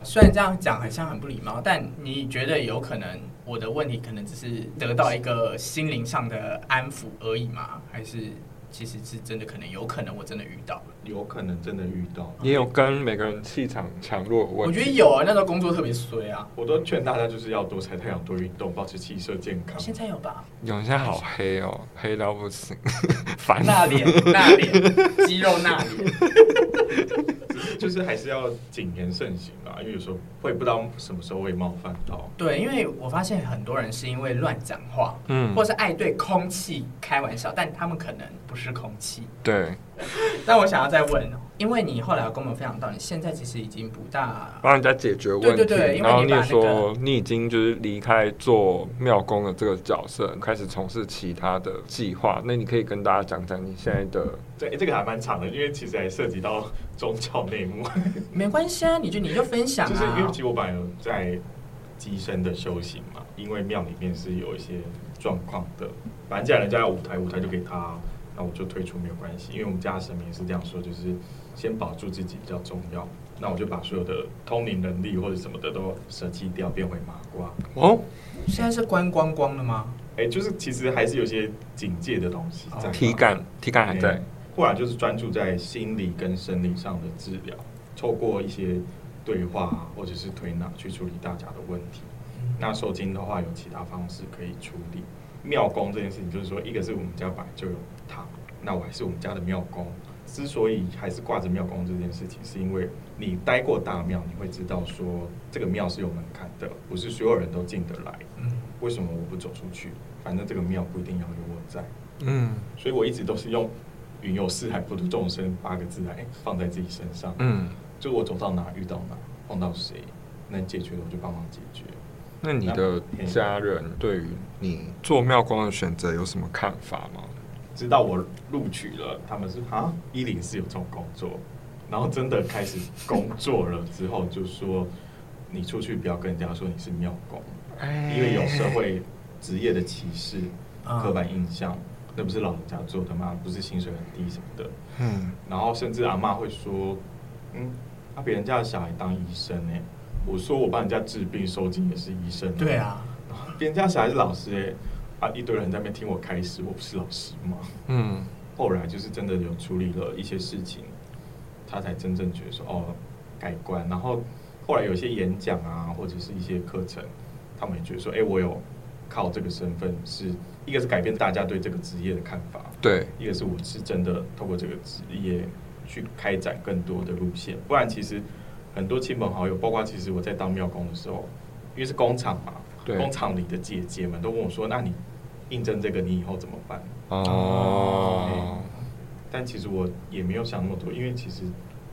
虽然这样讲很像很不礼貌，但你觉得有可能我的问题可能只是得到一个心灵上的安抚而已吗？还是其实是真的可能有可能我真的遇到了？
有可能真的遇到。
也有跟每个人气场强弱有问
我
题。
觉得有啊，那时候工作特别衰啊。
我都劝大家就是要多晒太阳、多运动，保持气色健康。
现在有吧？
有人现在好黑哦，黑到不行， [LAUGHS] 烦死。
那脸，那脸， [LAUGHS] 肌肉那脸，
就是还是要谨言慎行啊，因为有时候会不知道什么时候会冒犯到。
对，因为我发现很多人是因为乱讲话，
嗯
或是爱对空气开玩笑，但他们可能不是空气。
对，
但我想要再问，因为你后来有跟我们分享到，你现在其实已经不大
帮人家解决问题。
对对对因为
然后
你
你
把
也
那个
说你已经就是离开做庙工的这个角色，开始从事其他的计划。那你可以跟大家讲讲你现在的，
这、哎诶这个还蛮长的，因为其实还涉及到宗教内幕，
没关系啊，你就你就分享啊。
就是因为其实我本来有在机身的修行嘛，因为庙里面是有一些状况的，反正既然人家有舞台，舞台就给他啊、那我就退出没有关系，因为我们家神明是这样说，就是先保住自己比较重要。那我就把所有的通灵能力或者什么的都舍弃掉，变回麻瓜。
哦，
现在是关光光了吗？
哎、就是其实还是有些警戒的东西在嘛。
哦体感体感还在
嗯，或者就是专注在心理跟生理上的治疗，透过一些对话啊或者是推拿去处理大家的问题。那受精的话，有其他方式可以处理。庙公这件事情，就是说，一个是我们家本来就有它，那我还是我们家的庙公。之所以还是挂着庙公这件事情，是因为你待过大庙，你会知道说这个庙是有门槛的，不是所有人都进得来。
嗯，
为什么我不走出去？反正这个庙不一定要有我在。
嗯
所以我一直都是用“云游四海，普度众生”八个字来哎放在自己身上。
嗯。
就我走到哪遇到哪，碰到谁能解决的我就帮忙解决。
那你的家人对于你做庙工的选择有什么看法吗？
直到我录取了，他们是啊，一零四有这种工作，然后真的开始工作了之后，就说你出去不要跟人家说你是庙工，
哎嗯
因为有社会职业的歧视、
啊
刻板印象，那不是老人家做的吗？不是薪水很低什么的。
嗯，
然后甚至阿嬷会说，嗯，啊别人家的小孩当医生哎、我说我帮人家治病收金也是医生、
对，啊，
别人家小孩是老师哎、啊一堆人在那边听我开始，我不是老师吗？
嗯，
后来就是真的有处理了一些事情，他才真正觉得说哦改观，然后后来有一些演讲啊或者是一些课程，他们也觉得说哎、我有靠这个身份是一个是改变大家对这个职业的看法，
对，
一个是我是真的透过这个职业去开展更多的路线，不然其实很多亲朋好友，包括其实我在当庙工的时候，因为是工厂嘛，
对
工厂里的姐姐们都问我说，那你应征这个你以后怎么办？
哦，
但其实我也没有想那么多，因为其实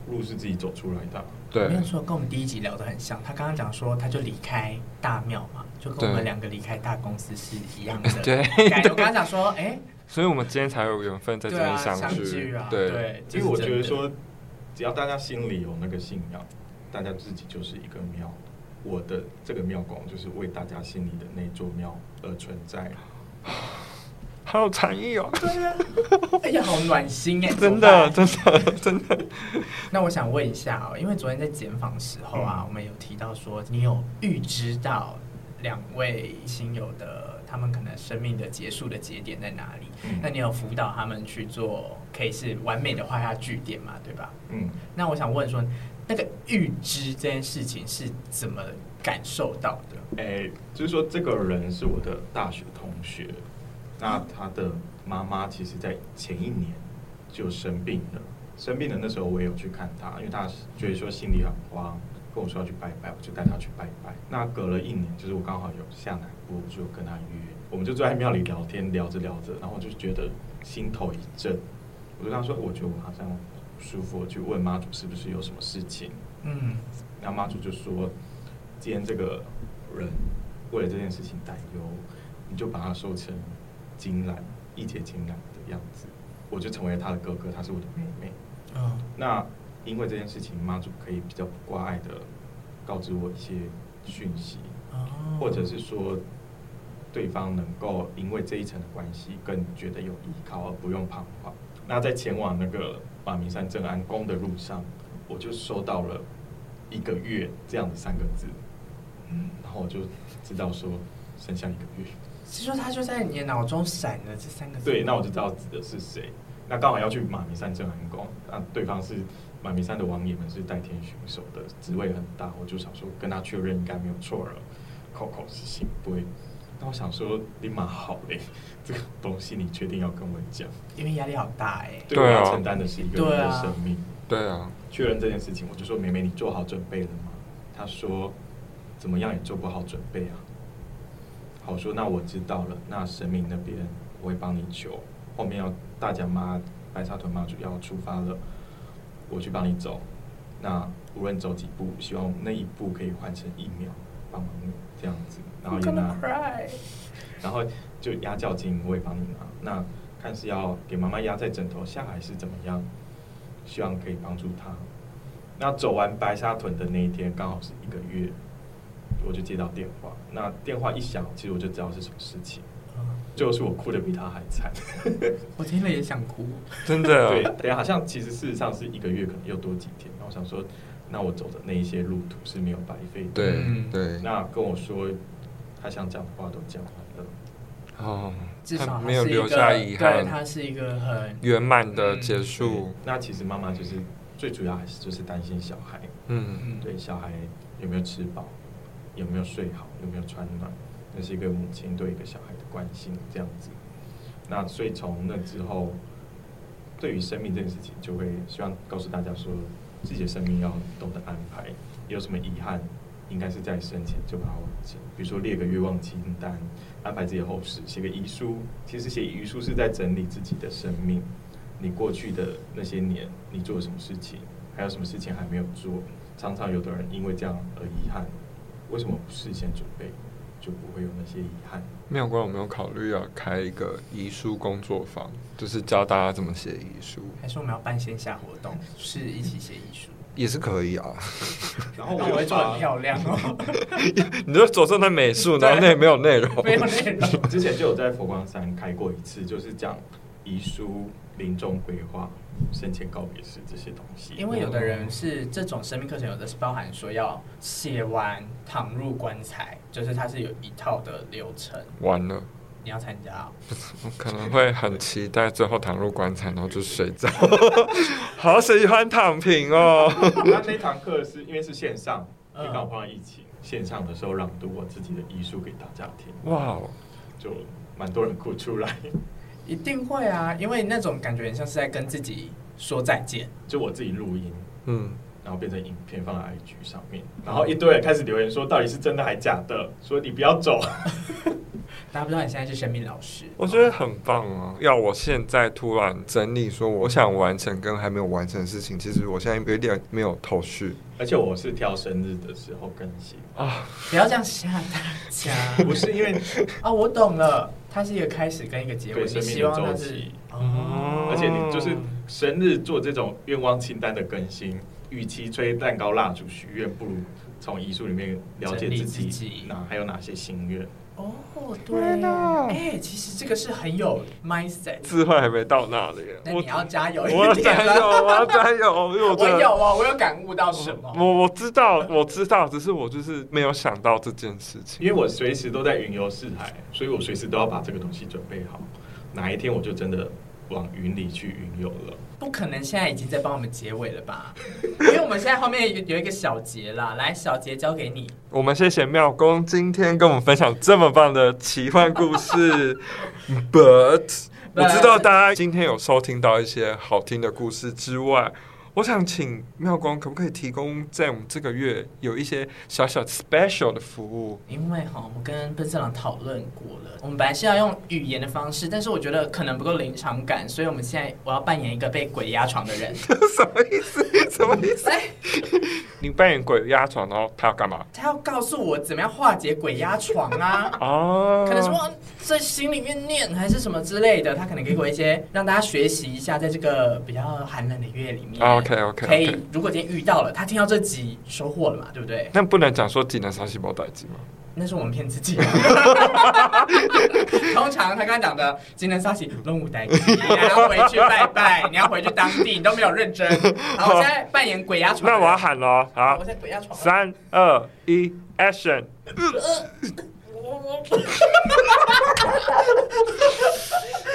路是自己走出来的啊，
我跟
对
你，说，跟我们第一集聊得很像。他刚刚讲说，他就离开大庙嘛，就跟我们
对
两个离开大公司是一样的
[LAUGHS] 对
感觉。我刚刚讲说，哎，
所以我们今天才有缘分在这
对
边
啊，
相
相
聚
聚啊，，
对，
对，
因
这
为
是
我
真
觉
的
得说，只要大家心里有那个信仰，大家自己就是一个庙。我的这个庙工就是为大家心里的那座庙而存在。
好有禅意哦，
[LAUGHS] 哎呀，好暖心哎，
真
怎么
的，
办
真的，真的，
那我想问一下哦，因为昨天在检访时候
嗯
啊，我们有提到说你有预知到两位亲友的他们可能生命的结束的节点在哪里？
嗯
那你有辅导他们去做，可以是完美的画下句点嘛，对吧？
嗯，
那我想问说，那个预知这件事情是怎么感受到的？
诶、哎就是说这个人是我的大学同学，那他的妈妈其实在前一年就生病了，生病的那时候我也有去看他，因为他觉得说心里很慌，跟我说要去拜拜，我就带他去拜拜。那隔了一年，就是我刚好有下南部，我就跟他约，我们就坐在庙里聊天，聊着聊着，然后我就觉得心头一震，我就跟他说，我觉得我好像不舒服，我去问妈祖是不是有什么事情。
嗯，
然后妈祖就说，今天这个人为了这件事情担忧，你就把他收成金兰一节金兰的样子，我就成为了他的哥哥，他是我的妹妹。
哦，
那因为这件事情，妈祖可以比较不挂碍的告知我一些讯息，
哦
或者是说对方能够因为这一层的关系更觉得有依靠，而不用彷徨。那在前往那个马明山镇安宫的路上，我就收到了一个月这样的三个字，然后我就知道说剩下一个月。
是说他就在你的脑中闪了这三个字。
对，那我就知道指的是谁。那刚好要去马弥山镇安宫，那对方是马弥山的王爷们是代天巡守的，职位很大，我就想说跟他确认应该没有错了。口口是心非，那我想说你蛮好嘞，这个东西你确定要跟我讲？
因为压力好大哎、
对
对
我
啊
要承担的是一个人
对
的
啊
生命。
对啊，
确认这件事情，我就说：“妹妹，你做好准备了吗？”她说：“怎么样也做不好准备啊。”好，我说那我知道了，那神明那边我会帮你求。后面要大甲妈、白沙屯妈祖要出发了，我去帮你走。那无论走几步，希望那一步可以换成一秒，帮忙你这样子。然后也拿
cry。
然后就压脚筋，我也帮你拿。那看是要给妈妈压在枕头下，还是怎么样？希望可以帮助她。那走完白沙屯的那一天，刚好是一个月，我就接到电话。那电话一响，其实我就知道是什么事情。就是我哭的比他还惨，
嗯我听了也想哭。
真的，啊
对，等一下好像其实事实上是一个月，可能又多几天。然后我想说，那我走的那一些路途是没有白费的。
对
嗯
对，
那跟我说他想讲的话都讲完了，
哦，
至少
他
它
没有
是一
留
个
下遗
对，它
憾，
是一个很
圆满的结束。
那其实妈妈就是最主要还是就是担心小孩，
嗯，
对小孩有没有吃饱，有没有睡好，有没有穿暖，那是一个母亲对一个小孩的关心这样子。那所以从那之后，对于生命这件事情，就会希望告诉大家说，自己的生命要懂得安排，有什么遗憾，应该是在生前就把它忘记。比如说列个愿望清单，安排自己的后事，写个遗书。其实写遗书是在整理自己的生命，你过去的那些年，你做了什么事情，还有什么事情还没有做。常常有的人因为这样而遗憾，为什么不事先准备，就不会有那些遗憾？
妙观有没有考虑要开一个遗书工作坊，就是教大家怎么写遗书，
还是我们要办线下活动，是一起写遗书。
也是可以啊。
然后
那
哦我
我会
又
做很
把
漂亮哦，
[LAUGHS] 你就着重在美术，然后那也没有内容。
没有内容。
之前就有在佛光山开过一次，就是讲遗书、临终规划、生前告别式这些东西。
因为有的人是这种生命课程，有的是包含说要写完躺入棺材，就是它是有一套的流程，
完了，
你要参加哦、
我可能会很期待最后躺入棺材，然后就睡着。 [LAUGHS] 好喜欢躺平哦。
那那堂课是因为是线上，因
嗯
为刚好碰到疫情，线上的时候朗读我自己的遗书给大家听，
哇哦，
就蛮多人哭出来。
一定会啊，因为那种感觉很像是在跟自己说再见。
就我自己录音，
嗯，
然后变成影片放在 IG 上面，然后一堆人开始留言说到底是真的还假的，说你不要走。 [LAUGHS]
大家不知道你现在是生命老师，
我觉得很棒啊！要我现在突然整理说我想完成跟还没有完成的事情，其实我现在有点没有头绪
而且我是挑生日的时候更新，
啊。
不要这样吓大家。
不
[LAUGHS]
是因为，
啊、我懂了，它是一个开始跟一个结尾，
对
你
生命
希
的
望它
周
是
期
嗯
哦，
而且你就是生日做这种愿望清单的更新，与其吹蛋糕蜡烛许愿，不如从遗书里面了解
整理
自己
自己
哪还有哪些心愿。
哦，对呀，哎、其实这个是很有 mindset。
智慧还没到那里，啊
那
我
你要加 [LAUGHS] 油
我要
一点
加
了。
油，我要加油，因为我
[LAUGHS] 我
真
有
的。
啊，我有感悟到什么？
我我知道，我知道，只是我就是没有想到这件事情。
因为我随时都在云游四海，所以我随时都要把这个东西准备好。哪一天我就真的往云里去云游了。
不可能现在已经在帮我们结尾了吧？因为我们现在后面有有一个小节啦，来，小节交给你。
我们谢谢妙公今天跟我们分享这么棒的奇幻
[LAUGHS]
故事，But 我知道大家今天有收听到一些好听的故事之外，我想请妙公可不可以提供在我们这个月有一些小小 special 的服
[LAUGHS]
务？
因为哈，我跟奔四郎讨论过了，我们本来是要用语言的方式，但是我觉得可能不够临场感，所以我们现在我要扮演一个被鬼压床的人。
什么意思？什么意思？
哎，
你扮演鬼压床，然后他要干嘛？？
他要告诉我怎么样化解鬼压床啊
[LAUGHS] 哦，
可能说在心里面念还是什么之类的，他可能给我一些让大家学习一下，在这个比较寒冷的月里面。
啊 OK，OK，OK
可以。如果今天遇到了，他听到这集收获了嘛，对不对？
那不能讲说技能杀细胞代机吗？
那是我们骗自
[LAUGHS]
己。通常他刚刚讲的今天杀起龙舞台，你还要回去拜拜，你要回去当地，你都没有认真。然后我现在扮演鬼压床。
[LAUGHS] 那我要，喊了，哦好
啊我，在鬼压床。
三二一，Action！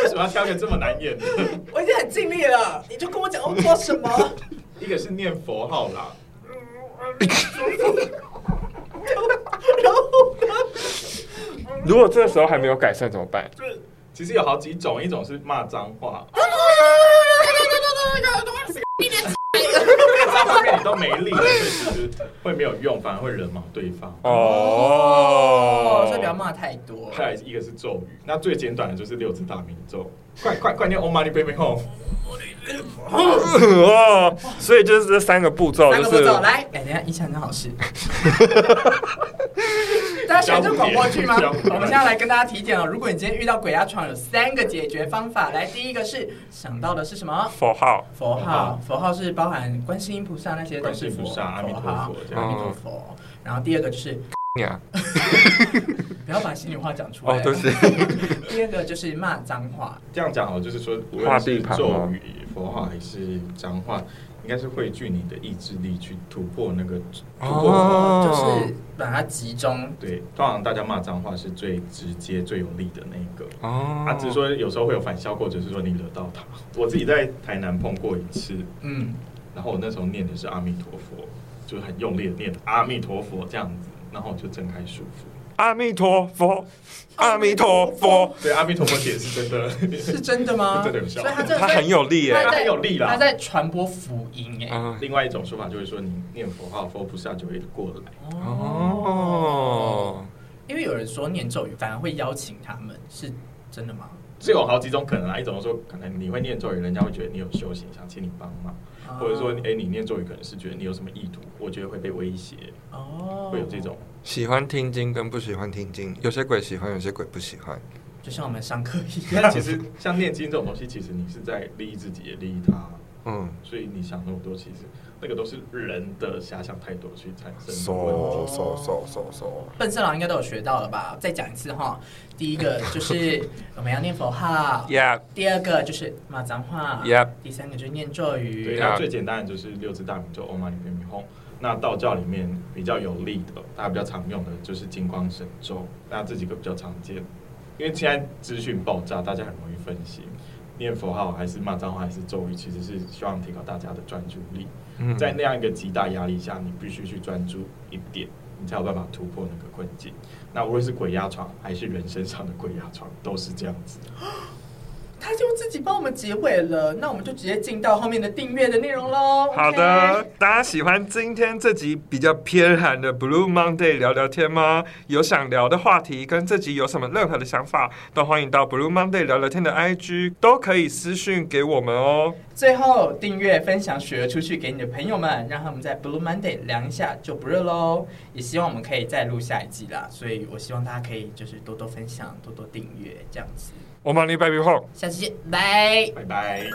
为什么要挑个这么难演的？
我已经很尽力了，你就跟我讲我做什么，
一个是念佛号啦，
然后
如果这个时候还没有改善怎么办？
其实有好几种，一种是骂脏话，骂脏话对你都没力了，所以其实会没有用，反而会惹毛对方。
哦
哦，所以不要骂太多。
再来一个是咒语，那最简短的就是六字大明咒，快快快念 Om Mani Padme Hum。
哦，所以就是这三个步骤，
三
就
个步
是
骤，来，哎，等一下印象真好事。大家喜欢这个广播剧吗？
小五年
我们现在来跟大家提点哦，如果你今天遇到鬼压床，有三个解决方法。来，第一个是想到的是什么？
符号。
佛
佛
号
号，
佛号是包含观世音菩萨那些都是
观世音
佛，
菩萨阿弥陀佛
佛号
这
样
阿弥陀佛。然后第二个就是
呀
不要把心里话讲出来。
哦，对不起。
第二个就是骂脏话，
这样讲哦，就是说，无
画
论
地
是
盘
咒
吗
语、佛号还是脏话，应该是汇聚你的意志力去突破那个突破。
哦
就是把它集中。
对，通常大家骂脏话是最直接、最有力的那一个。
哦
啊，只是说有时候会有反效果，就是说你惹到他。我自己在台南碰过一次，
嗯，
然后我那时候念的是阿弥陀佛，就是很用力的念阿弥陀佛这样子，然后我就睁开舒服。
阿弥陀佛，阿弥陀佛，
对，阿弥陀佛解是真的， [LAUGHS]
是真的吗？
真的有效
所以他这
他很有力耶。
他在
很有力啦
他在传播福音哎。
嗯
另外一种说法就是说，你念佛号，佛菩萨就会过来。
哦，
因为有人说念咒语反而会邀请他们，是真的吗？
这有好几种可能啊，一种说可能你会念咒语，人家会觉得你有修行，想请你帮忙；
哦
或者说，哎、你念咒语可能是觉得你有什么意图，我觉得会被威胁，
哦，
会有这种。
喜欢听经跟不喜欢听经，有些鬼喜欢，有些鬼不喜欢。
就像我们上课一样
但。其
[LAUGHS]
实像念经这种东西，其实你是在利益自己，也利益他，
嗯，
所以你想那么多，其实那个都是人的遐想太多去产生的问题。
收收收收收。
笨色狼应该都有学到了吧？再讲一次哈，第一个就是
[LAUGHS]
我们要念佛号
Yeah，
第二个就是骂脏话
Yep
第三个就是念咒
对，
语。
那最简单的就是六字大明咒 Om Mani p a d m e Hum。那道教里面比较有力的，大家比较常用的就是金光神咒，那这几个比较常见。因为现在资讯爆炸，大家很容易分心，念佛号还是骂脏话还是咒语，其实是希望提高大家的专注力。
嗯
在那样一个极大压力下，你必须去专注一点，你才有办法突破那个困境。那无论是鬼压床还是人身上的鬼压床，都是这样子。
他就自己帮我们结尾了，那我们就直接进到后面的订阅的内容喽。
好
OK
的，大家喜欢今天这集比较偏寒的 Blue Monday 聊聊天吗？有想聊的话题，跟这集有什么任何的想法，都欢迎到 Blue Monday 聊聊天的 IG 都可以私讯给我们哦。
最后订阅、分享、雪儿出去给你的朋友们，让他们在 Blue Monday 凉一下就不热喽。也希望我们可以再录下一季啦，所以我希望大家可以就是多多分享、多多订阅这样子。
我们你 Baby Home。
下期见，拜。
拜拜。